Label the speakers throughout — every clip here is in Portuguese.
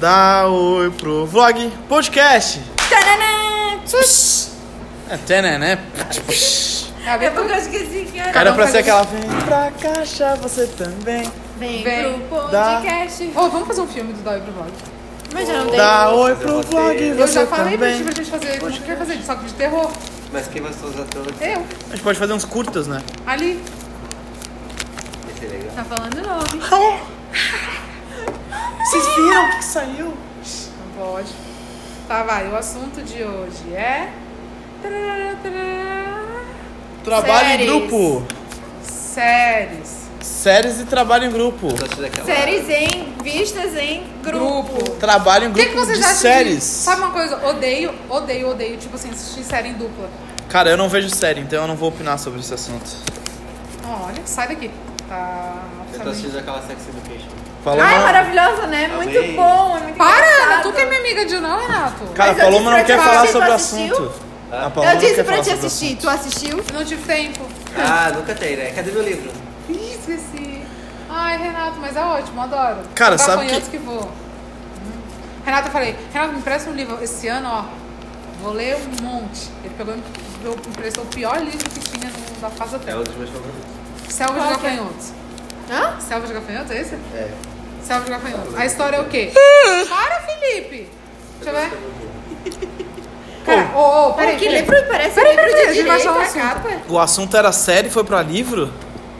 Speaker 1: Dá oi pro vlog podcast.
Speaker 2: Tananã! Tchush!
Speaker 1: É, tana, né?
Speaker 2: É porque eu esqueci que era.
Speaker 1: Cara pra ser aquela. Vem pra caixa, você também.
Speaker 2: Vem,
Speaker 3: Vem.
Speaker 2: pro podcast.
Speaker 3: Ô, vamos fazer um filme do Dói pro Vlog.
Speaker 2: Mas já não tem.
Speaker 1: Dá oi pro vlog,
Speaker 3: Eu
Speaker 1: você
Speaker 3: já falei pra gente, pra
Speaker 1: também.
Speaker 3: gente fazer. Não quer fazer, só que de terror.
Speaker 4: Mas quem vai ser os atores?
Speaker 3: Eu,
Speaker 1: A gente pode fazer uns curtos, né?
Speaker 3: ali.
Speaker 4: Vai ser legal.
Speaker 2: Tá falando nome.
Speaker 1: Vocês viram o que, que saiu?
Speaker 3: Não pode. Tá, vai. O assunto de hoje é. tarará, tarará,
Speaker 1: Trabalho
Speaker 2: Séries.
Speaker 1: em grupo.
Speaker 3: Séries.
Speaker 1: Séries e trabalho em grupo.
Speaker 4: Eu gosto daquela.
Speaker 2: Séries em vistas em grupo.
Speaker 3: Grupo.
Speaker 1: Trabalho em
Speaker 3: O que,
Speaker 1: grupo
Speaker 3: que vocês
Speaker 1: de
Speaker 3: acham?
Speaker 1: séries.
Speaker 3: De, sabe uma coisa? Odeio, odeio, odeio. Tipo assim, assistir série em dupla.
Speaker 1: Cara, eu não vejo série, então eu não vou opinar sobre esse assunto.
Speaker 3: Ó, Olha, sai daqui. Tá.
Speaker 4: Eu tô assistindo aquela Sex Education.
Speaker 1: Falou
Speaker 2: Ai,
Speaker 1: uma-
Speaker 2: maravilhosa, né?
Speaker 4: Amei.
Speaker 2: Muito bom. É muito
Speaker 3: Para!
Speaker 2: engraçado.
Speaker 3: Tu que é minha amiga de não, Renato.
Speaker 1: Cara,
Speaker 2: Mas eu
Speaker 1: Paloma
Speaker 2: disse
Speaker 1: não
Speaker 2: pra
Speaker 1: quer
Speaker 2: te
Speaker 1: falar
Speaker 2: assistir,
Speaker 1: sobre o
Speaker 2: tu assistiu?
Speaker 1: assunto.
Speaker 4: Ah.
Speaker 1: A Paloma
Speaker 2: Eu
Speaker 1: não
Speaker 2: disse
Speaker 1: quer
Speaker 2: pra
Speaker 1: falar
Speaker 2: te
Speaker 1: sobre o
Speaker 2: assistir. Tu assistiu?
Speaker 3: Não tive tempo.
Speaker 4: Ah, nunca tem, né? Cadê meu livro?
Speaker 3: Ih, esqueci. Ai, Renato, mas é ótimo, adoro.
Speaker 1: Cara,
Speaker 3: Tá
Speaker 1: sabe
Speaker 3: apanhando que vou. Hum. Renato, eu falei, Renato, me empresta um livro. Esse ano, ó, vou ler um monte. Ele pegou e me deu- me emprestou o pior livro que tinha no- da casa
Speaker 4: É
Speaker 3: dela.
Speaker 4: um dos meus favoritos.
Speaker 3: Selva de
Speaker 2: Qual que é?
Speaker 3: Gafanhotos.
Speaker 2: Hã?
Speaker 3: Selva de Gafanhotos, é esse?
Speaker 4: É.
Speaker 3: Selva de Gafanhotos. A história é o quê? Para, Felipe! Deixa eu ver. Cara, ô, ô,
Speaker 2: Peraí,
Speaker 3: peraí.
Speaker 2: que
Speaker 3: peraí.
Speaker 2: livro parece
Speaker 3: Peraí,
Speaker 2: livro
Speaker 3: peraí,
Speaker 2: de
Speaker 3: a gente vai
Speaker 2: direito,
Speaker 3: achar o
Speaker 2: a
Speaker 3: assunto.
Speaker 2: capa.
Speaker 1: assunto. O assunto era série, foi pra livro?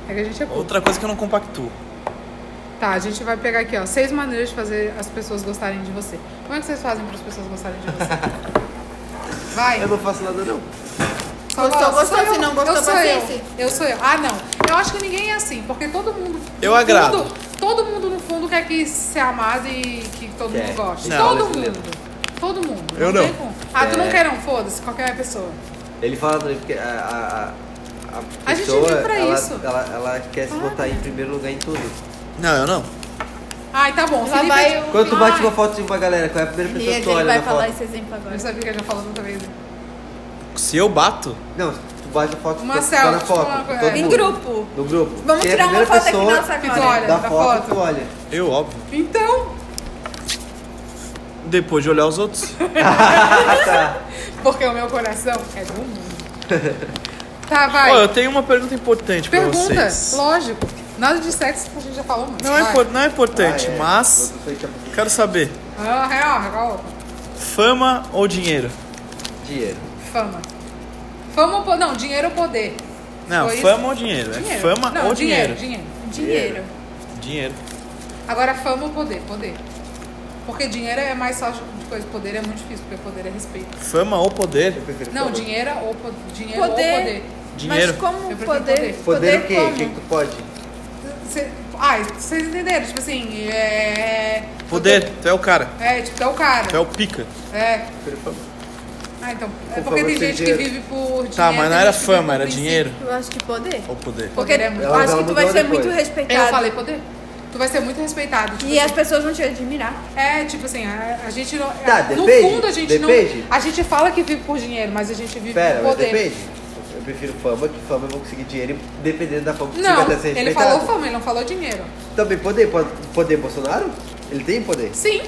Speaker 3: É que a gente é puto.
Speaker 1: Outra coisa que eu não compactuo.
Speaker 3: Tá, a gente vai pegar aqui, ó. Seis maneiras de fazer as pessoas gostarem de você. Como é que vocês fazem para as pessoas gostarem de você? Vai.
Speaker 4: Eu não faço nada, não.
Speaker 3: só
Speaker 2: Gostou,
Speaker 3: fala,
Speaker 2: gostou,
Speaker 3: sou eu,
Speaker 2: se não gostou,
Speaker 3: eu sou eu.
Speaker 2: paciência.
Speaker 3: Eu sou eu. Ah, não. Eu acho que ninguém é assim, porque todo mundo.
Speaker 1: Eu
Speaker 3: no
Speaker 1: agrado.
Speaker 3: fundo- todo mundo, no fundo, quer que ser amado e que todo
Speaker 4: Quer.
Speaker 3: mundo goste.
Speaker 1: Não.
Speaker 3: Todo
Speaker 4: Brasileiro.
Speaker 3: mundo. Todo mundo.
Speaker 1: Eu
Speaker 3: tem
Speaker 1: não.
Speaker 3: como. Ah, tu não
Speaker 4: É.
Speaker 3: quer não? Foda-se, qualquer pessoa.
Speaker 4: Ele fala no livro que a, a, a- a
Speaker 3: A gente
Speaker 4: pessoa,
Speaker 3: vive pra
Speaker 4: ela,
Speaker 3: isso.
Speaker 4: Ela, ela quer se botar em primeiro lugar em tudo.
Speaker 1: Não, eu não.
Speaker 3: Ai, tá bom.
Speaker 2: Lá
Speaker 3: Felipe,
Speaker 2: vai
Speaker 3: eu...
Speaker 2: o-
Speaker 4: Quando tu bate
Speaker 3: Ai.
Speaker 4: uma foto de uma galera, qual é a primeira
Speaker 2: E
Speaker 4: pessoa que tu
Speaker 2: ele
Speaker 4: olha
Speaker 2: vai
Speaker 4: na
Speaker 2: falar
Speaker 4: foto?
Speaker 2: esse exemplo agora.
Speaker 3: eu sabia que eu já falou outra vez.
Speaker 1: Se eu bato,
Speaker 4: Não, tu bate a foto,
Speaker 3: Uma
Speaker 4: tu
Speaker 3: selfie,
Speaker 4: tá na foto.
Speaker 3: tipo, uma-
Speaker 4: todo
Speaker 3: é.
Speaker 2: Em
Speaker 4: mundo.
Speaker 2: grupo.
Speaker 4: No grupo.
Speaker 2: Vamos
Speaker 4: Quem é a
Speaker 2: tirar uma
Speaker 4: primeira
Speaker 2: foto aqui
Speaker 4: pessoa
Speaker 2: nossa
Speaker 3: que
Speaker 2: agora.
Speaker 3: olha.
Speaker 4: Da
Speaker 3: da
Speaker 4: foto,
Speaker 3: foto.
Speaker 4: tu olha.
Speaker 1: eu, óbvio.
Speaker 3: Então,
Speaker 1: Depois de olhar os outros.
Speaker 3: Porque o meu coração é do mundo. tá, vai.
Speaker 1: Ó, eu tenho uma pergunta importante pra
Speaker 3: Pergunta,
Speaker 1: vocês.
Speaker 3: lógico. Nada de sexo que a gente já falou muito.
Speaker 1: Não é,
Speaker 3: vai.
Speaker 1: impor- não é importante,
Speaker 4: Ah, é.
Speaker 1: mas
Speaker 4: Eu sei que é
Speaker 1: quero saber.
Speaker 3: Ah, real, real.
Speaker 1: Fama ou dinheiro?
Speaker 4: Dinheiro.
Speaker 3: Fama. Fama ou poder? Não, dinheiro ou poder?
Speaker 1: Não,
Speaker 3: Foi
Speaker 1: fama ou dinheiro? É
Speaker 3: Dinheiro.
Speaker 1: fama
Speaker 3: Não,
Speaker 1: ou
Speaker 3: dinheiro?
Speaker 1: dinheiro?
Speaker 3: Dinheiro.
Speaker 2: Dinheiro.
Speaker 1: Dinheiro.
Speaker 3: Agora, fama ou poder? Poder. Porque dinheiro é mais fácil de coisa. Poder é muito difícil, porque poder é respeito.
Speaker 1: Fama ou poder?
Speaker 4: Eu prefiro
Speaker 3: Não,
Speaker 4: poder.
Speaker 3: dinheiro ou po- dinheiro
Speaker 2: Poder.
Speaker 3: ou poder.
Speaker 1: Dinheiro.
Speaker 2: Mas como
Speaker 3: Eu prefiro
Speaker 2: poder?
Speaker 3: poder.
Speaker 4: Poder o quê? O que que
Speaker 2: como?
Speaker 4: tu pode?
Speaker 3: Cê, ai, vocês entenderam? Tipo assim, é.
Speaker 1: Poder, tu é o cara.
Speaker 3: É, tipo, é o cara.
Speaker 1: Tu é o pica.
Speaker 3: É.
Speaker 4: Eu prefiro fama.
Speaker 3: Ah, então. É porque
Speaker 4: Por favor,
Speaker 3: tem
Speaker 4: tem
Speaker 3: gente
Speaker 4: dinheiro.
Speaker 3: que vive por dinheiro.
Speaker 1: Tá, mas não
Speaker 3: tem
Speaker 1: era
Speaker 3: gente que
Speaker 1: fama,
Speaker 3: vive
Speaker 1: era
Speaker 3: por
Speaker 1: dinheiro
Speaker 2: Eu acho que poder.
Speaker 1: ou poder?
Speaker 3: Porque
Speaker 2: Porque
Speaker 3: ele é muito-
Speaker 2: eu acho
Speaker 4: ela
Speaker 2: que tu vai
Speaker 4: mudou
Speaker 2: ser
Speaker 4: depois.
Speaker 2: muito
Speaker 3: princípio.
Speaker 2: respeitado.
Speaker 3: Eu falei poder. Tu vai ser muito respeitado. Tipo
Speaker 2: E
Speaker 5: é-
Speaker 2: as
Speaker 3: assim,
Speaker 2: pessoas vão te admirar.
Speaker 3: é, tipo assim, a, a gente não.
Speaker 4: Tá,
Speaker 3: a-
Speaker 4: depende,
Speaker 3: no fundo a gente
Speaker 4: depende.
Speaker 3: não. A gente fala que vive por dinheiro, mas a gente vive
Speaker 4: Pera,
Speaker 3: por
Speaker 4: mas
Speaker 3: poder.
Speaker 4: depende. Eu prefiro fama, que fama eu vou conseguir dinheiro, dependendo da fama que
Speaker 3: Não,
Speaker 4: até ser
Speaker 3: ele
Speaker 4: respeitado.
Speaker 3: falou fama, ele não falou dinheiro.
Speaker 4: Também poder, pode- poder Bolsonaro? Ele tem poder.
Speaker 3: Sim.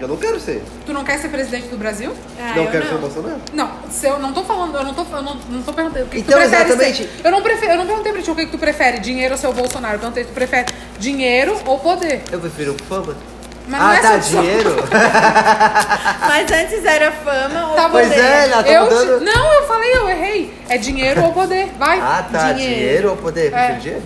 Speaker 4: Eu não quero ser.
Speaker 3: Tu não quer ser presidente do Brasil?
Speaker 2: Ah,
Speaker 4: não
Speaker 2: eu
Speaker 4: quero ser
Speaker 2: não.
Speaker 4: o Bolsonaro.
Speaker 3: Não, se eu não tô falando, eu não tô, eu não, não tô perguntando o que, que
Speaker 4: Então,
Speaker 3: tu prefere
Speaker 4: exatamente.
Speaker 3: ser. Eu não, prefiro, eu não perguntei pra ti o que, que tu prefere, dinheiro ou ser o Bolsonaro. Eu perguntei se tu prefere dinheiro ou poder.
Speaker 4: Eu prefiro fama.
Speaker 3: Mas não
Speaker 4: ah,
Speaker 3: é
Speaker 4: tá,
Speaker 3: só-
Speaker 4: dinheiro?
Speaker 2: Mas antes era fama ou
Speaker 3: Tá bom.
Speaker 2: poder.
Speaker 4: pois é, ela tá
Speaker 3: eu
Speaker 4: mudando.
Speaker 3: te- Não, eu falei, eu errei. É dinheiro ou poder. Vai.
Speaker 4: Ah, tá,
Speaker 2: Dinheiro.
Speaker 4: dinheiro, ou poder?
Speaker 3: É.
Speaker 4: Prefiro dinheiro?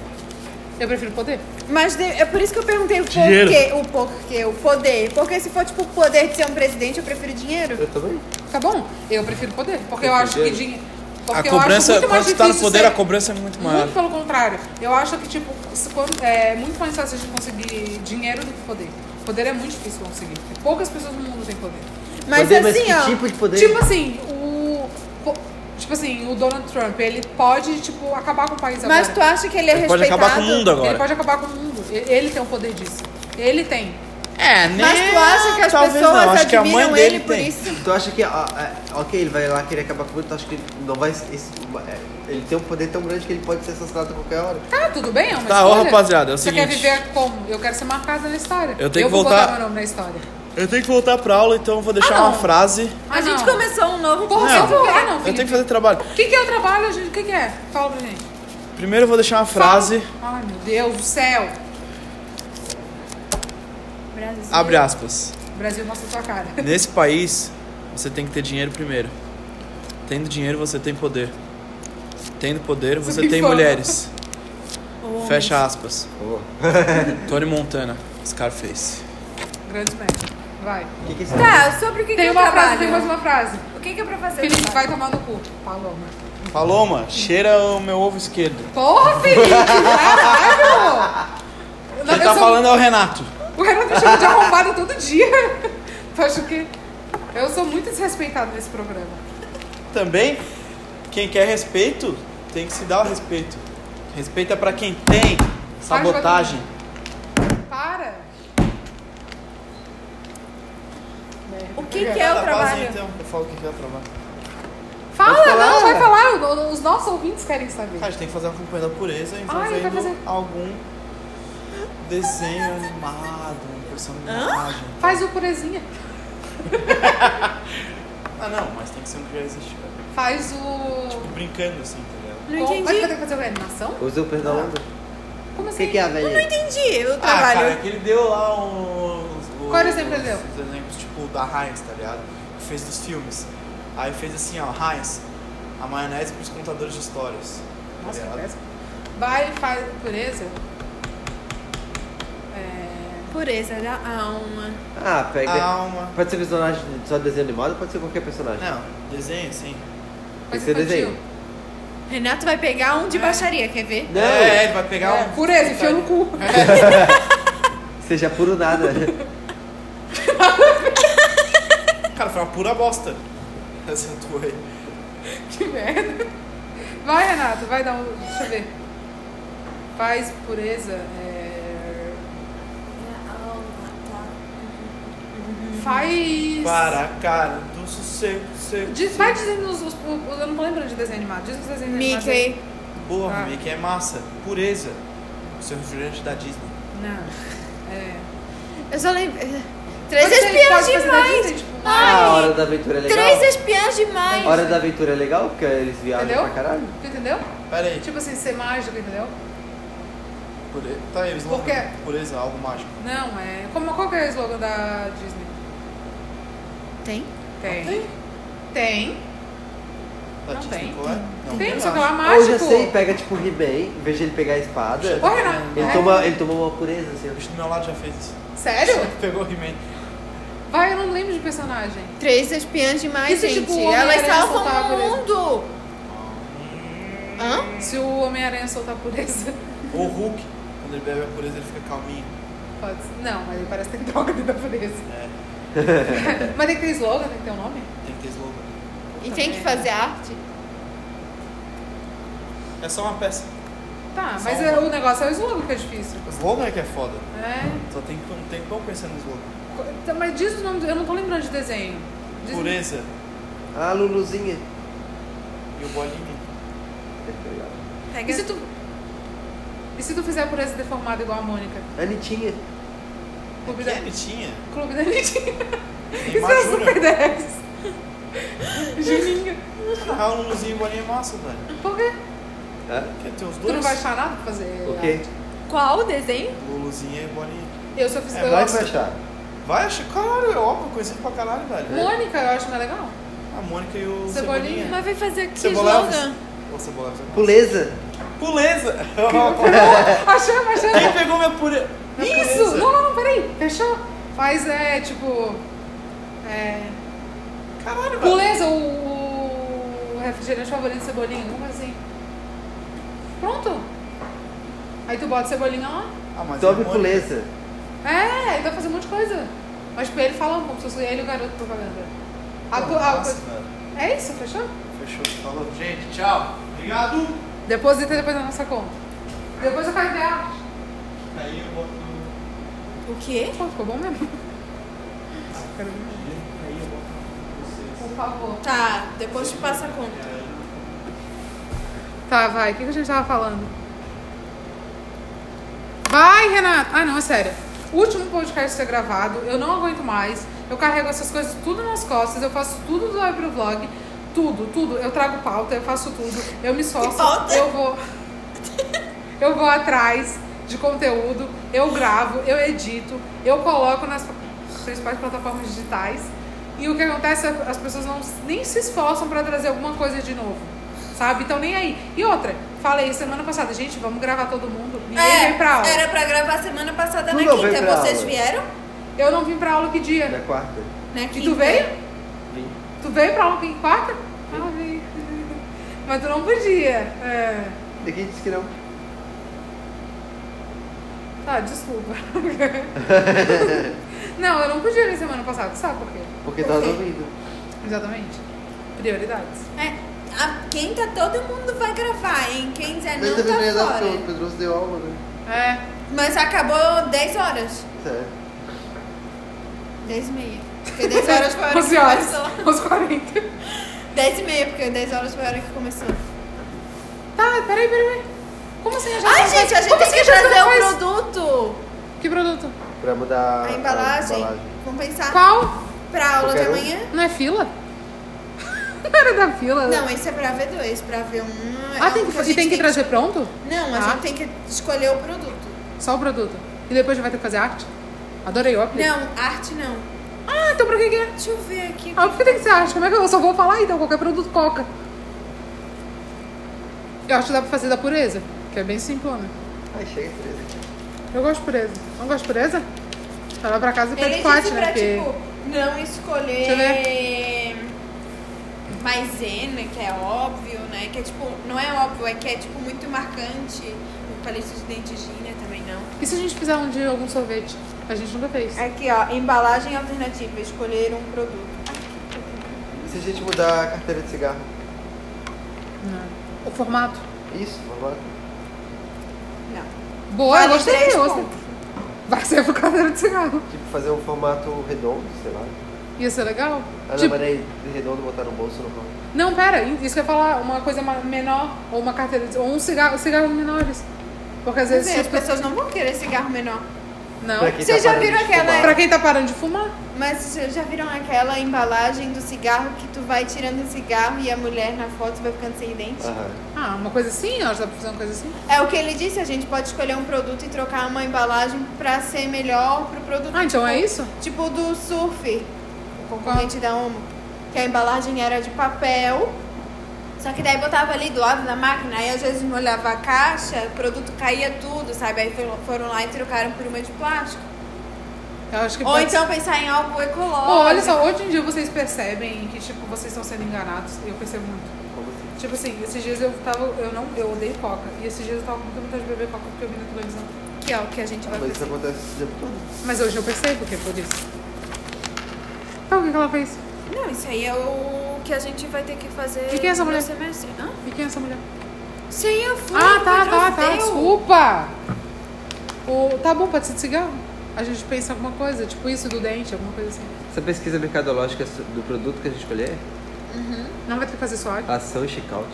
Speaker 3: Eu prefiro poder.
Speaker 2: Mas de- é por isso que eu perguntei o
Speaker 1: Dinheiro.
Speaker 2: porquê, o porquê, o poder. Porque se for tipo o poder de ser um presidente, eu prefiro dinheiro.
Speaker 4: Eu também.
Speaker 3: Tá bom? Eu prefiro poder. Porque eu
Speaker 4: Prefiro
Speaker 3: acho que
Speaker 4: dinheiro.
Speaker 3: dinheiro.
Speaker 1: A
Speaker 3: Porque eu
Speaker 1: cobrança,
Speaker 3: acho muito mais
Speaker 1: quando tu tá no
Speaker 3: difícil
Speaker 1: poder,
Speaker 3: ser-
Speaker 1: a cobrança é muito maior.
Speaker 3: Muito pelo contrário. Eu acho que, tipo, se quando- é muito mais fácil a gente conseguir dinheiro do que poder. Poder é muito difícil conseguir. Poucas pessoas no mundo têm poder.
Speaker 2: Mas
Speaker 4: poder,
Speaker 2: assim,
Speaker 4: que
Speaker 2: ó.
Speaker 4: tipo de poder?
Speaker 3: Tipo assim, o. po- Tipo assim, o Donald Trump, ele pode, tipo, acabar com o país
Speaker 2: mas tu
Speaker 3: agora.
Speaker 2: acha que ele é
Speaker 1: Ele pode
Speaker 2: respeitado?
Speaker 1: acabar com o mundo agora.
Speaker 3: Ele pode acabar com o mundo. E- Ele tem o poder disso. Ele tem.
Speaker 1: É, né?
Speaker 2: Mas tu acha que as
Speaker 1: Talvez
Speaker 2: pessoas
Speaker 1: não, acho que a
Speaker 2: admiram
Speaker 1: mãe
Speaker 2: ele
Speaker 1: dele
Speaker 2: por
Speaker 1: tem.
Speaker 2: isso?
Speaker 4: Tu acha que, ah, ah, ok, ele vai lá querer acabar com tudo, tu acha que não vai... esse- é, ele tem um poder tão grande que ele pode ser assassinado a qualquer hora.
Speaker 3: Tá, tudo bem, é uma
Speaker 1: Tá,
Speaker 3: escolha.
Speaker 1: ó, rapaziada, é o
Speaker 3: Você quer
Speaker 1: seguinte.
Speaker 3: viver como? Eu quero ser marcada na história.
Speaker 1: Eu tenho que
Speaker 3: vou
Speaker 1: voltar-
Speaker 3: botar meu nome na história.
Speaker 1: Eu tenho que voltar pra aula, então eu vou deixar
Speaker 3: Ah,
Speaker 1: uma
Speaker 3: não.
Speaker 1: frase.
Speaker 3: Ah,
Speaker 5: A gente
Speaker 3: não.
Speaker 5: começou um novo
Speaker 3: Porra,
Speaker 1: Não,
Speaker 3: você ah, não,
Speaker 1: Eu
Speaker 3: Felipe.
Speaker 1: tenho que fazer trabalho.
Speaker 3: O que, que é o trabalho, gente? O que, que é? Fala pra gente.
Speaker 1: Primeiro eu vou deixar uma frase,
Speaker 3: Fala. Ai, meu Deus do céu.
Speaker 5: Brasil.
Speaker 1: abre aspas.
Speaker 3: O Brasil mostra sua cara.
Speaker 1: Nesse país, você tem que ter dinheiro primeiro. Tendo dinheiro, você tem poder. Tendo poder, você
Speaker 3: me
Speaker 1: tem
Speaker 3: fala.
Speaker 1: mulheres. Fecha aspas.
Speaker 4: Pô,
Speaker 1: Tony Montana, Scarface.
Speaker 3: Grande mestre. Vai.
Speaker 4: O que, que é isso?
Speaker 5: Tá, sobre o que, que
Speaker 3: Tem
Speaker 5: eu
Speaker 3: uma frase,
Speaker 5: trabalho.
Speaker 3: tem mais uma frase.
Speaker 5: O que, que é pra fazer?
Speaker 3: Felipe,
Speaker 5: Gustavo?
Speaker 3: vai tomar no cu. Paloma.
Speaker 1: Paloma, cheira o meu ovo esquerdo.
Speaker 3: Porra, Felipe! Caralho!
Speaker 1: Quem tá falando é o Renato.
Speaker 3: O Renato me chama de arrombado todo dia. Eu acho que... Eu sou muito desrespeitada nesse programa.
Speaker 1: Também, quem quer respeito, tem que se dar o respeito. Respeito é pra quem tem. Sabotagem.
Speaker 3: Para!
Speaker 5: O que, que é o trabalho?
Speaker 1: então, eu falo o que que é o trabalho.
Speaker 3: Fala,
Speaker 4: Pode falar.
Speaker 3: não, vai falar. o- Os nossos ouvintes querem saber.
Speaker 1: Cara, a gente tem que fazer uma campanha da pureza
Speaker 3: Ai,
Speaker 1: envolvendo
Speaker 3: vai fazer-
Speaker 1: algum desenho animado, uma personagem.
Speaker 3: Faz o purezinha.
Speaker 1: Ah, não, mas tem que ser um que já existe, cara.
Speaker 3: Faz o...
Speaker 1: Brincando assim, tá ligado?
Speaker 5: Não
Speaker 3: Como- Mas vai
Speaker 5: entendi.
Speaker 3: ter que fazer uma animação?
Speaker 4: Usa o perdão. O
Speaker 3: Como assim?
Speaker 4: que, que é a
Speaker 5: Não
Speaker 4: velha?
Speaker 5: entendi o
Speaker 1: Ah, cara,
Speaker 5: trabalho.
Speaker 1: que ele deu lá uns. os-
Speaker 3: Qual exemplo ele
Speaker 1: os
Speaker 3: deu?
Speaker 1: exemplos, tipo, da Heinz, tá ligado? Que fez dos filmes. Aí fez assim, ó, Heinz, a maionese pros contadores de histórias. tá
Speaker 3: Nossa, que
Speaker 1: ligado?
Speaker 3: péssimo. Vai e faz pureza. É...
Speaker 5: Pureza da alma.
Speaker 4: Ah, pega.
Speaker 1: Alma.
Speaker 4: Pode ser personagem só desenho animado, pode ser qualquer personagem.
Speaker 1: Não, desenho assim.
Speaker 3: Faz
Speaker 4: Esse é
Speaker 3: infantil.
Speaker 4: desenho.
Speaker 5: Renato vai pegar um de baixaria, quer ver?
Speaker 4: Não,
Speaker 1: É, ele vai pegar
Speaker 3: É,
Speaker 1: um.
Speaker 3: pureza, enfia
Speaker 5: Tá.
Speaker 3: no cu.
Speaker 4: seja puro nada.
Speaker 1: Cara, foi uma pura bosta. Essa tua aí.
Speaker 3: que merda. Vai, Renato, vai dar um. Deixa eu ver. Faz pureza. É...
Speaker 5: Uhum.
Speaker 3: Faz.
Speaker 1: Para a cara do sossego, sossego.
Speaker 3: Diz- vai dizendo os, os- os- Eu não lembro de desenho animado. Diz os desenhos animados.
Speaker 5: Mickey.
Speaker 1: Porra,
Speaker 3: Ah.
Speaker 1: meio que é massa. Pureza. O seu refrigerante da Disney.
Speaker 3: Não. É.
Speaker 5: Eu só lembro. Três
Speaker 3: Pode ser-
Speaker 5: espiãs
Speaker 3: pode fazer da Disney,
Speaker 5: demais!
Speaker 3: tipo,
Speaker 4: Ah, a Hora da Aventura é legal.
Speaker 5: Três espiãs demais!
Speaker 4: Hora da Aventura é legal, porque eles viajam
Speaker 3: Entendeu?
Speaker 4: pra caralho.
Speaker 3: Tu entendeu?
Speaker 1: Pera aí.
Speaker 3: Tipo assim, ser mágico, entendeu?
Speaker 1: Pureza. Tá, eles
Speaker 3: Por quê?
Speaker 1: Pureza, algo mágico.
Speaker 3: Não, é. Como, qual que é o slogan da Disney?
Speaker 5: Tem?
Speaker 3: Tem. Tem.
Speaker 1: Da
Speaker 3: Não tem.
Speaker 1: qual é? Não,
Speaker 3: Tem,
Speaker 1: eu
Speaker 3: só que
Speaker 1: acho.
Speaker 3: lá
Speaker 4: Ou
Speaker 3: mágico.
Speaker 4: já sei, pega tipo o He-Man, em vez de ele pegar a espada.
Speaker 3: Ô, Renato.
Speaker 4: Ele,
Speaker 3: é.
Speaker 4: toma, ele toma uma pureza, assim.
Speaker 1: O bicho do meu lado já fez isso.
Speaker 3: Sério?
Speaker 1: Pegou o He-Man.
Speaker 3: Vai, eu não lembro de personagem.
Speaker 5: Três espiãs demais,
Speaker 3: Isso,
Speaker 5: gente.
Speaker 3: tipo, o
Speaker 5: Elas
Speaker 3: Homem-Aranha
Speaker 5: salvam
Speaker 3: soltava
Speaker 5: o
Speaker 3: por ele.
Speaker 5: mundo! Hã?
Speaker 3: Se o Homem-Aranha soltar pureza,
Speaker 1: Ou o Hulk. Quando ele bebe a pureza, ele fica calminho.
Speaker 3: pode ser. Não, mas ele parece que tem droga dentro da pureza.
Speaker 1: É,
Speaker 3: mas tem que ter slogan, tem que ter um nome?
Speaker 1: tem que ter slogan.
Speaker 5: E tem que fazer arte?
Speaker 1: É só uma peça.
Speaker 3: Tá,
Speaker 1: Só
Speaker 3: mas
Speaker 1: um.
Speaker 3: é- o negócio é o slogan que é difícil.
Speaker 1: O slogan é que é foda.
Speaker 3: É.
Speaker 1: Só tem um que não tem como pensar no slogan.
Speaker 3: Co- tá, Mas diz o nome, do- eu não tô lembrando de desenho. Diz-
Speaker 1: Pureza
Speaker 4: Ah, Luluzinha.
Speaker 1: e o bolinho.
Speaker 3: E se tu. E se tu fizer a pureza deformada igual a Mônica?
Speaker 4: Anitinha.
Speaker 3: Clube
Speaker 1: Que
Speaker 3: da,
Speaker 1: ele tinha?
Speaker 3: Clube da Nitinha.
Speaker 1: Tem
Speaker 3: Isso é
Speaker 1: Majura.
Speaker 3: super 10. Juninho.
Speaker 1: Na real, Luluzinho e bolinho é massa, velho.
Speaker 3: Por quê?
Speaker 4: Hã?
Speaker 1: Porque tem os
Speaker 3: Tu
Speaker 1: dois.
Speaker 3: não vai achar nada pra fazer. né?
Speaker 4: O quê?
Speaker 5: Qual o desenho?
Speaker 1: Luluzinha e bolinha.
Speaker 3: Eu só fiz.
Speaker 1: É,
Speaker 3: eu-
Speaker 4: Vai que vai achar.
Speaker 1: Vai achar. Caralho, é óbvio, conhecido pra caralho, velho.
Speaker 3: Mônica, eu acho mais legal.
Speaker 1: A Mônica e o
Speaker 3: Cebolinha.
Speaker 1: Cebolinha.
Speaker 5: Mas vai fazer que
Speaker 1: Cebola-
Speaker 5: slogan?
Speaker 1: Ô, Cebola, é você-
Speaker 4: Puleza.
Speaker 1: Puleza!
Speaker 3: É. Achamos, achamos.
Speaker 1: Quem pegou minha pureza?
Speaker 3: Isso! Não, não, não, peraí. Fechou? Faz, é, tipo... É...
Speaker 1: Caralho, velho.
Speaker 3: Puleza, o, o refrigerante favorito de cebolinha. Vamos assim. Pronto. Aí tu bota cebolinha lá.
Speaker 1: Ah, mas
Speaker 4: Tome
Speaker 1: é Mônica.
Speaker 4: puleza.
Speaker 3: É, aí tu vai fazer um monte de coisa. Mas tipo, ele fala um pouco. Se fosse ele e o garoto propaganda. A tu- a-
Speaker 1: Nossa, velho.
Speaker 3: é isso, fechou?
Speaker 1: Fechou. Falou. Gente, tchau. Obrigado.
Speaker 3: Deposita depois na nossa conta. Depois eu quero ver a...
Speaker 1: Aí eu boto no...
Speaker 5: O quê?
Speaker 3: Pô, ficou bom mesmo. Quero ver.
Speaker 1: Aí eu boto no... vocês.
Speaker 3: Por favor.
Speaker 5: Tá, depois te passa a conta.
Speaker 3: Tá, vai. O que, que a gente tava falando? Vai, Renato. Ah, não, é sério. último podcast ser gravado, eu não aguento mais. Eu carrego essas coisas tudo nas costas, eu faço tudo do Web pro vlog, tudo, tudo. Eu trago pauta, eu faço tudo, eu me solto,
Speaker 5: pauta?
Speaker 3: eu vou. Eu vou atrás de conteúdo, eu gravo, eu edito, eu coloco nas principais plataformas digitais. E o que acontece, é que as pessoas não, nem se esforçam pra trazer alguma coisa de novo. Sabe? Então nem aí. E outra, falei semana passada, gente, vamos gravar todo mundo. Ninguém veio pra aula.
Speaker 5: É, era pra gravar semana passada
Speaker 4: Tu
Speaker 5: na
Speaker 4: não veio
Speaker 5: quinta.
Speaker 4: pra
Speaker 5: Vocês
Speaker 4: aula.
Speaker 5: vieram?
Speaker 3: Eu não vim pra aula que dia?
Speaker 1: né?
Speaker 4: Na quarta.
Speaker 5: Na quinta.
Speaker 3: E tu veio?
Speaker 4: Vim.
Speaker 3: Tu veio pra aula que em quarta? Ah, veio. Mas tu não podia. É.
Speaker 4: E quem disse que não?
Speaker 3: Tá, desculpa. não, eu não podia vir semana passada, sabe por quê?
Speaker 4: Porque tava
Speaker 5: Ok.
Speaker 4: dormindo.
Speaker 3: Exatamente. Prioridades.
Speaker 5: É, a quinta todo mundo vai gravar, hein? Quem quiser
Speaker 4: Mas
Speaker 5: não
Speaker 4: também não ia
Speaker 5: tá
Speaker 4: dar
Speaker 5: fora.
Speaker 4: porque o Pedroso deu aula, né?
Speaker 3: É.
Speaker 5: Mas acabou 10 horas.
Speaker 4: Sério.
Speaker 5: 10 e meia. Porque 10 horas foi a hora
Speaker 3: 11
Speaker 5: que
Speaker 3: horas.
Speaker 5: começou.
Speaker 3: Aos 40.
Speaker 5: 10 e meia, porque 10 horas foi a hora que começou.
Speaker 3: Tá, peraí, peraí. Como assim? já
Speaker 5: Ai,
Speaker 3: sabe?
Speaker 5: gente, a gente
Speaker 3: Como
Speaker 5: tem
Speaker 3: assim
Speaker 5: que
Speaker 3: já sabe
Speaker 5: trazer
Speaker 3: faz?
Speaker 5: o produto.
Speaker 3: Que produto?
Speaker 4: Pra mudar
Speaker 5: A embalagem. Vamos pensar
Speaker 3: Qual?
Speaker 5: pra aula de
Speaker 4: Qualquer um?
Speaker 5: amanhã.
Speaker 3: Não é fila? Não era da fila?
Speaker 5: Não, esse é pra V2, pra V1. é
Speaker 3: Ah, tem
Speaker 5: um
Speaker 3: que,
Speaker 5: a
Speaker 3: e
Speaker 5: gente
Speaker 3: tem que trazer pronto?
Speaker 5: Não, a
Speaker 3: Ah.
Speaker 5: gente tem que escolher o produto.
Speaker 3: Só o produto. E depois já vai ter que fazer arte? Adorei o aplique.
Speaker 5: Não, arte não.
Speaker 3: Ah, então pra que que é?
Speaker 5: Deixa eu ver aqui.
Speaker 3: Ah, por que tem que ser arte? Como é que eu só vou falar então? Qualquer produto coca. Eu acho que dá pra fazer da pureza, que é bem simplona.
Speaker 4: Ai, chega, Tereza.
Speaker 3: Eu gosto de pureza. Não gosto de pureza? Vai lá pra casa e
Speaker 5: Ele
Speaker 3: pede
Speaker 5: disse
Speaker 3: pote,
Speaker 5: pra,
Speaker 3: né? Porque...
Speaker 5: tipo, não escolher
Speaker 3: Deixa eu
Speaker 5: maisena, que é óbvio, né? Que é tipo, não é óbvio, é que é tipo muito marcante. O palito de dente Gina também não.
Speaker 3: E se a gente fizer um dia algum sorvete? A gente nunca fez.
Speaker 5: Aqui, É ó, embalagem alternativa, escolher um produto.
Speaker 4: E se a gente mudar a carteira de cigarro?
Speaker 3: Não. O formato.
Speaker 4: Isso, vamos lá.
Speaker 5: Não.
Speaker 3: Boa,
Speaker 5: Vale
Speaker 3: eu gostei.
Speaker 5: três
Speaker 3: eu gostei.
Speaker 5: pontos.
Speaker 3: Vai ser por causa de cigarro.
Speaker 4: Tipo, fazer um formato redondo, sei lá.
Speaker 3: Ia ser legal?
Speaker 4: Ah, não,
Speaker 3: tipo,
Speaker 4: peraí, de redondo botar no bolso, não vamos.
Speaker 3: não, pera, isso que eu ia falar, uma coisa ma- menor, ou uma carteira, de- ou um cigarro, cigarros menores. Porque às vezes.
Speaker 5: Assim, as
Speaker 3: tipo,
Speaker 5: pessoas não vão querer cigarro menor.
Speaker 3: Não.
Speaker 4: Pra quem
Speaker 5: Vocês já
Speaker 4: parando
Speaker 5: viram
Speaker 4: de
Speaker 5: aquela-
Speaker 4: fumar.
Speaker 3: Pra quem tá parando de fumar.
Speaker 5: Mas vocês já viram aquela embalagem do cigarro que tu vai tirando o cigarro e a mulher na foto vai ficando sem dente?
Speaker 4: Aham.
Speaker 3: Ah, uma coisa assim? Ela já tá fazendo uma coisa assim?
Speaker 5: É o que ele disse, a gente pode escolher um produto e trocar uma embalagem pra ser melhor pro produto.
Speaker 3: Ah, então é
Speaker 5: Tipo-
Speaker 3: isso?
Speaker 5: Tipo do surf, o concorrente da Omo. um, Que a embalagem era de papel, só que daí botava ali do lado da máquina, aí às vezes molhava a caixa, o produto caía tudo, sabe? Aí foram- foram lá e trocaram por uma de plástico.
Speaker 3: Eu acho que
Speaker 5: Ou
Speaker 3: pode
Speaker 5: então pensar em algo ecológico.
Speaker 3: Pô, olha só, hoje em dia vocês percebem que, tipo, vocês estão sendo enganados. Eu percebo muito.
Speaker 4: Como assim?
Speaker 3: Tipo assim, esses dias eu tava. Eu não. Eu odeio coca. E esses dias eu tava com muita vontade de beber coca porque eu vi na televisão.
Speaker 5: Que é o que a gente vai
Speaker 4: Mas isso
Speaker 5: fazer.
Speaker 4: acontece o tempo todo.
Speaker 3: Mas hoje eu percebo que é por isso. Então o que, que ela fez?
Speaker 5: Não, isso aí é o que a gente vai ter que fazer
Speaker 3: E quem é essa
Speaker 5: no
Speaker 3: mulher?
Speaker 5: semestre. Hã?
Speaker 3: E quem é essa mulher?
Speaker 5: Sim, eu fui.
Speaker 3: ah, tá,
Speaker 5: eu
Speaker 3: tá, tá.
Speaker 5: gravei.
Speaker 3: Desculpa! O, tá bom, pode ser de cigarro. A gente pensa em alguma coisa, tipo isso do dente, alguma coisa assim.
Speaker 4: Essa pesquisa mercadológica do produto que a gente escolher?
Speaker 3: Não vai ter que fazer só água.
Speaker 4: Ação e check-out.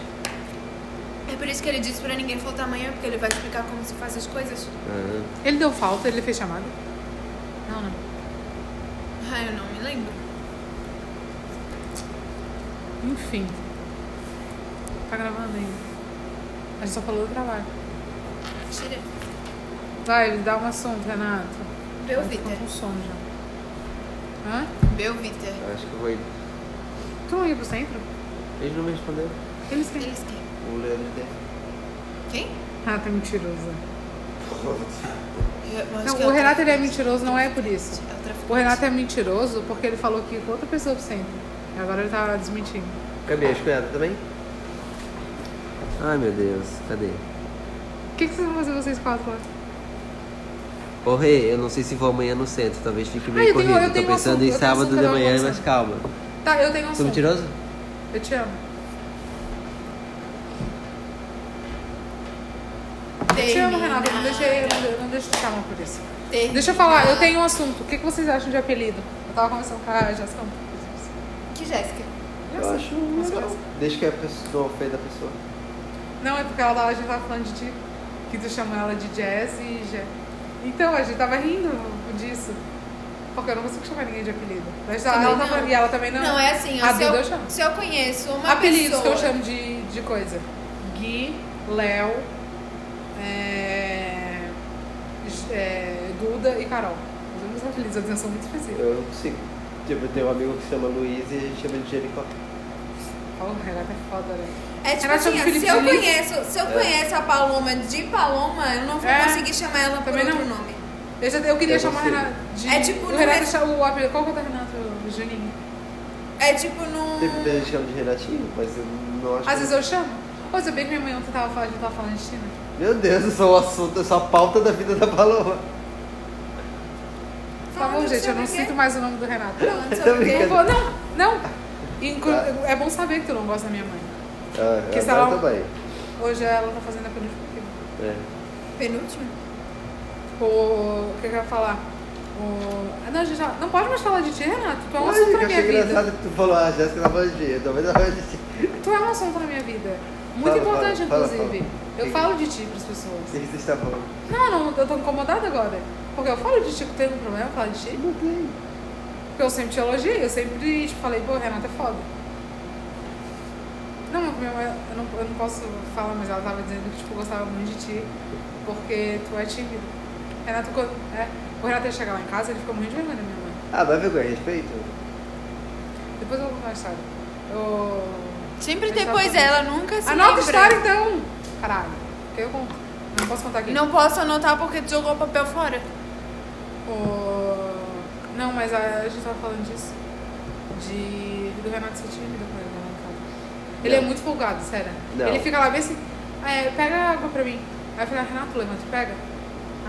Speaker 5: É por isso que ele disse pra ninguém faltar amanhã, porque ele vai explicar como se faz as coisas.
Speaker 4: Ah,
Speaker 3: Ele deu falta, ele fez chamada? Não, não.
Speaker 5: Ah, eu não me lembro.
Speaker 3: Enfim. Tá gravando ainda. A gente só falou do trabalho.
Speaker 5: Mentira.
Speaker 3: Vai, me dá um assunto, Renato.
Speaker 5: Beu
Speaker 3: Eu tô
Speaker 5: Vita.
Speaker 3: com sono já. Hã?
Speaker 5: Beu Vita.
Speaker 4: acho que eu vou ir.
Speaker 3: Tu não ia pro centro?
Speaker 4: Eles não me responderam.
Speaker 3: Eles têm.
Speaker 5: Eles quem?
Speaker 4: O Leandro tem.
Speaker 5: Quem?
Speaker 3: Ah, tá mentiroso.
Speaker 5: Eu- eu acho que
Speaker 3: Não,
Speaker 5: é
Speaker 3: o Renato ele é mentiroso, não é por isso.
Speaker 5: traficante. É o traficante.
Speaker 3: O Renato é mentiroso porque ele falou que ia com outra pessoa pro centro. E agora ele tá desmentindo.
Speaker 4: Gabi, a escolhada também? Ai meu Deus, cadê?
Speaker 3: O que, que vocês vão fazer vocês quatro lá?
Speaker 4: Correr, eu não sei se vou amanhã no centro, talvez fique
Speaker 3: Ah,
Speaker 4: meio
Speaker 3: eu tenho-
Speaker 4: corrido.
Speaker 3: eu tenho um
Speaker 4: Tô pensando
Speaker 3: assunto, eu
Speaker 4: em
Speaker 3: tenho
Speaker 4: sábado
Speaker 3: assunto
Speaker 4: de
Speaker 3: pra dar uma
Speaker 4: manhã,
Speaker 3: conversa.
Speaker 4: mas calma.
Speaker 3: Tá, eu tenho um
Speaker 4: Sou
Speaker 3: assunto.
Speaker 4: mentiroso?
Speaker 3: Eu te amo. Eu te amo, é Renato. Não deixa, eu não deixa de calma por isso.
Speaker 5: Terminar.
Speaker 3: Deixa eu falar, eu tenho um assunto. O que, que vocês acham de apelido? Eu tava conversando com a Jéssica. ontem.
Speaker 5: Que Jéssica?
Speaker 4: Eu acho legal. Desde que a pessoa não ofenda a pessoa.
Speaker 3: Não, é porque ela tava, a gente tava falando de que tu chamou ela de jazz e já. Então, a gente tava rindo disso. Porque eu não consigo chamar ninguém de apelido. Mas
Speaker 5: Também
Speaker 3: ela, tá-
Speaker 5: não.
Speaker 3: E ela também não.
Speaker 5: Não, é assim, ó,
Speaker 3: A
Speaker 5: se,
Speaker 3: Duda
Speaker 5: eu,
Speaker 3: eu chamo.
Speaker 5: se eu conheço uma
Speaker 3: Apelidos
Speaker 5: pessoa...
Speaker 3: que eu chamo de, de coisa. Gui, Léo, é, J- é, Duda e Carol. Os únicos apelidos, eu tenho, são muito específicos.
Speaker 4: Eu não consigo. Tipo, eu tenho um amigo que se chama Luiz e a gente chama de Jericó.
Speaker 3: Fala, Renata é foda, né?
Speaker 5: É tipo
Speaker 3: Ela
Speaker 5: assim,
Speaker 3: chama
Speaker 5: ó,
Speaker 3: Felipe
Speaker 5: se eu,
Speaker 3: de Lis.
Speaker 5: conheço, se eu conheço a Paloma de Paloma, eu não vou
Speaker 3: É.
Speaker 5: conseguir chamar ela por
Speaker 3: Também
Speaker 5: outro
Speaker 3: não.
Speaker 5: nome.
Speaker 3: Eu, já, eu queria
Speaker 4: Eu
Speaker 3: chamar
Speaker 4: consigo.
Speaker 3: Renata de.
Speaker 5: É tipo,
Speaker 3: o
Speaker 5: não
Speaker 3: Renata
Speaker 5: é-
Speaker 3: chama o apelido. Qual que é o da Renata? O Juninho.
Speaker 5: É tipo num...
Speaker 4: Tem muita gente que chama de Renatinho, mas eu não acho.
Speaker 3: Ah. Às vezes eu chamo. Ou sabia que minha mãe ontem tava falando, a gente tava falando de né? China.
Speaker 4: Meu Deus, isso é o assunto, essa pauta da vida da Paloma.
Speaker 3: Tá bom,
Speaker 5: Falando
Speaker 3: gente, eu
Speaker 5: sobre
Speaker 3: não
Speaker 5: o quê?
Speaker 3: sinto mais o nome do Renato.
Speaker 5: Falando
Speaker 4: Tô
Speaker 5: sobre o quê?
Speaker 4: Tá brincando.
Speaker 3: Não vou, não, não. Inclu-
Speaker 4: Tá.
Speaker 3: É bom saber que tu não gosta da minha mãe.
Speaker 4: Ah,
Speaker 3: Que
Speaker 4: agora
Speaker 3: sei lá.
Speaker 4: também.
Speaker 3: Hoje ela tá fazendo a penúltima.
Speaker 4: É.
Speaker 5: Penúltimo?
Speaker 3: O o que que eu ia falar? O... ah, Não, gente, ó, não pode mais falar de ti, Renato. Tu é um
Speaker 4: Ai,
Speaker 3: assunto
Speaker 4: que
Speaker 3: na
Speaker 4: eu
Speaker 3: minha
Speaker 4: achei
Speaker 3: vida.
Speaker 4: engraçado que tu falou, ah, a Jéssica tá falando de dinheiro, talvez ela fale de dinheiro.
Speaker 3: Tu é um assunto na minha vida. Muito
Speaker 4: Fala,
Speaker 3: importante,
Speaker 4: fala, fala,
Speaker 3: inclusive.
Speaker 4: fala.
Speaker 3: Eu
Speaker 4: Que-
Speaker 3: falo de ti pras
Speaker 4: O que
Speaker 3: pessoas.
Speaker 4: que você está falando?
Speaker 3: Não, não, eu tô incomodada agora. Porque eu falo de ti, tu tem algum problema em falar de ti?
Speaker 4: Não tem.
Speaker 3: Porque eu sempre te elogiei, eu sempre tipo, falei, pô, Renata é foda. Não, mas minha mãe, eu não, eu não posso falar, mas ela tava dizendo que tipo, gostava muito de ti, porque tu é tímida. Renato, quando- é, o Renato ia chegar lá em casa, ele ficou muito de vergonha da minha mãe.
Speaker 4: Ah, dá vergonha, respeito.
Speaker 3: Depois eu vou contar a história. Eu...
Speaker 5: Sempre
Speaker 3: Mas ela
Speaker 5: depois
Speaker 3: tá bem.
Speaker 5: dela, nunca se
Speaker 3: Anota a
Speaker 5: lembra.
Speaker 3: história então! Caralho, que eu conto. Não posso contar aqui.
Speaker 5: Não posso anotar porque tu jogou o papel fora.
Speaker 3: O- Não, mas a, a gente tava falando disso. De. Do Renato ser tímido com ele lá em casa. Ele é
Speaker 4: Não.
Speaker 3: muito folgado, sério.
Speaker 4: Não.
Speaker 3: Ele fica lá, vê se. é, pega água pra mim. Aí eu falo, Renato, levanta e pega.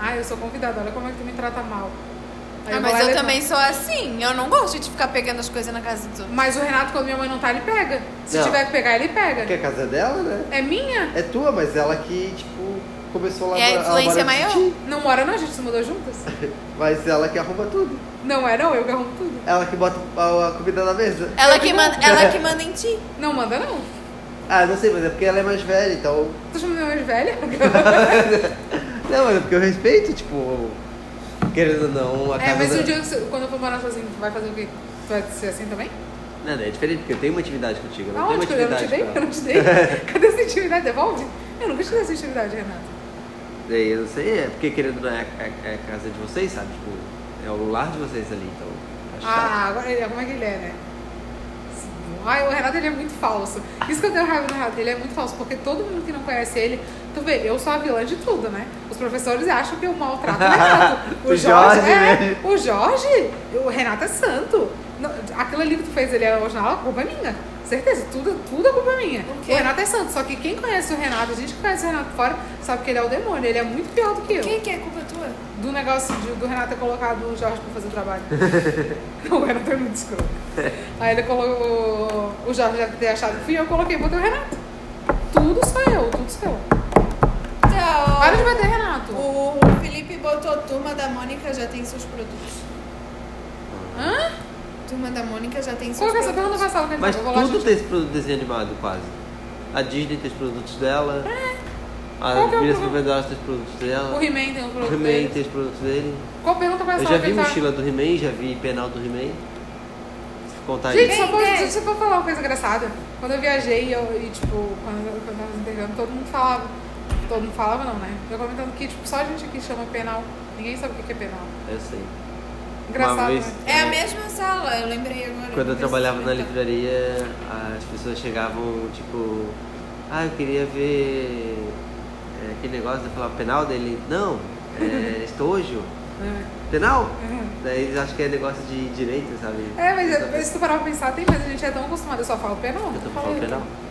Speaker 3: Ah, eu sou convidada, olha como é que tu me trata mal. Aí
Speaker 5: Ah,
Speaker 3: vou
Speaker 5: mas
Speaker 3: lá e
Speaker 5: eu
Speaker 3: levanto.
Speaker 5: também sou assim. Eu não gosto de ficar pegando as coisas na casa dos outros.
Speaker 3: Mas o Renato, quando minha mãe não tá, ele pega. Se
Speaker 4: Não.
Speaker 3: tiver que pegar, ele pega.
Speaker 4: Porque a casa é dela, né?
Speaker 3: É minha?
Speaker 4: É tua, mas ela que, tipo, começou lá
Speaker 5: É a
Speaker 4: ela mora
Speaker 5: influência
Speaker 4: em
Speaker 5: maior?
Speaker 4: Titi,
Speaker 3: Não mora não, a gente se mudou juntas.
Speaker 4: Mas ela que arruma tudo.
Speaker 3: não é não, eu que arrumo tudo.
Speaker 4: Ela que bota a, a comida na mesa.
Speaker 3: É.
Speaker 5: Ela que, manda, ela que manda em ti.
Speaker 3: Não manda não.
Speaker 4: Ah, não sei, mas é porque ela é mais velha, então.
Speaker 3: Tu chama minha mãe de velha?
Speaker 4: Não, mas é porque eu respeito, tipo. Querendo ou não, a casa.
Speaker 3: É, mas
Speaker 4: da...
Speaker 3: um dia, que você- quando eu for morar sozinho, tu vai fazer o quê? Tu vai ser assim também?
Speaker 4: Não, não, é diferente, porque eu tenho uma atividade contigo. Eu não
Speaker 3: Aonde que eu
Speaker 4: tenho uma
Speaker 3: não te dei?
Speaker 4: atividade.
Speaker 3: Eu não te dei. Cadê essa intimidade? Devolve? Eu nunca te dei essa intimidade, Renato.
Speaker 4: pra- Daí, eu não sei, é porque querendo ou não é, é- é a casa de vocês, sabe? Tipo, é o lar de vocês ali, então. É chato.
Speaker 3: Ah, agora ele- como é que ele é, né? Ai, o Renato ele é muito falso. Isso que eu tenho raiva do Renato, ele é muito falso, porque todo mundo que não conhece ele, tu vê, eu sou a vilã de tudo, né? Os professores acham que eu maltrato o Renato.
Speaker 4: O Jorge,
Speaker 3: é,
Speaker 4: né?
Speaker 3: o Jorge, o Renato é santo. Não, aquilo ali que tu fez ele é original, a culpa é minha. Certeza, tudo, tudo a culpa é minha.
Speaker 5: O
Speaker 3: O,
Speaker 5: quê?
Speaker 3: Renato é santo, só que quem conhece o Renato, a gente que conhece o Renato fora, sabe que ele é o demônio, ele é muito pior do que eu
Speaker 5: Quem que é culpa tua?
Speaker 3: do negócio de- do Renato ter colocado o Jorge pra fazer o trabalho. o Renato é muito escroto. Aí ele colocou. O Jorge já ter achado que fui eu, coloquei, botei o Renato. Tudo sou eu, tudo sou eu. Para de
Speaker 5: Então,
Speaker 3: bater, Renato.
Speaker 5: o Felipe botou Turma da Mônica já tem seus produtos.
Speaker 3: Hã?
Speaker 5: Turma da Mônica já tem seus
Speaker 3: Qual que é essa pergunta
Speaker 5: produtos.
Speaker 3: passada que ele
Speaker 4: Mas
Speaker 3: falou? Eu vou lá
Speaker 4: tudo
Speaker 3: assistir.
Speaker 4: tem esse produto desenho animado, quase. A Disney tem os produtos dela.
Speaker 3: Qual que é
Speaker 4: A
Speaker 3: o problema?
Speaker 4: Minas Provedores tem os produtos dela.
Speaker 3: O He-Man tem um
Speaker 4: O
Speaker 3: produto.
Speaker 4: He-Man
Speaker 3: dele.
Speaker 4: tem os produtos dele.
Speaker 3: Qual pergunta
Speaker 4: Eu
Speaker 3: passada
Speaker 4: já
Speaker 3: que
Speaker 4: vi
Speaker 3: ele tá-
Speaker 4: mochila do He-Man, já vi penal do He-Man. Se Contar
Speaker 3: Gente,
Speaker 4: isso.
Speaker 3: só posso,
Speaker 5: Tem, tem.
Speaker 3: deixa eu só falar uma coisa engraçada. Quando eu viajei eu, e, tipo, quando, eu- quando eu tava intercâmbio, todo mundo falava. Todo mundo falava, não, né? Eu comentando que, tipo, só a gente aqui chama penal. Ninguém sabe o que que é penal.
Speaker 4: Eu sei.
Speaker 3: Engraçado,
Speaker 4: vez-
Speaker 3: né?
Speaker 5: É a mesma sala, eu lembrei agora.
Speaker 4: Quando eu trabalhava na
Speaker 5: livraria.
Speaker 4: livraria, as pessoas chegavam tipo, ah, eu queria ver é, aquele negócio, eu falava penal dele, não, é estojo,
Speaker 3: É.
Speaker 4: penal?
Speaker 3: Uhum.
Speaker 4: Daí eles acham que é negócio de direito, sabe?
Speaker 3: É, mas se tu parar pra pensar, tem, mas a gente é tão é acostumado, eu só falo penal.
Speaker 4: Eu tô falando penal.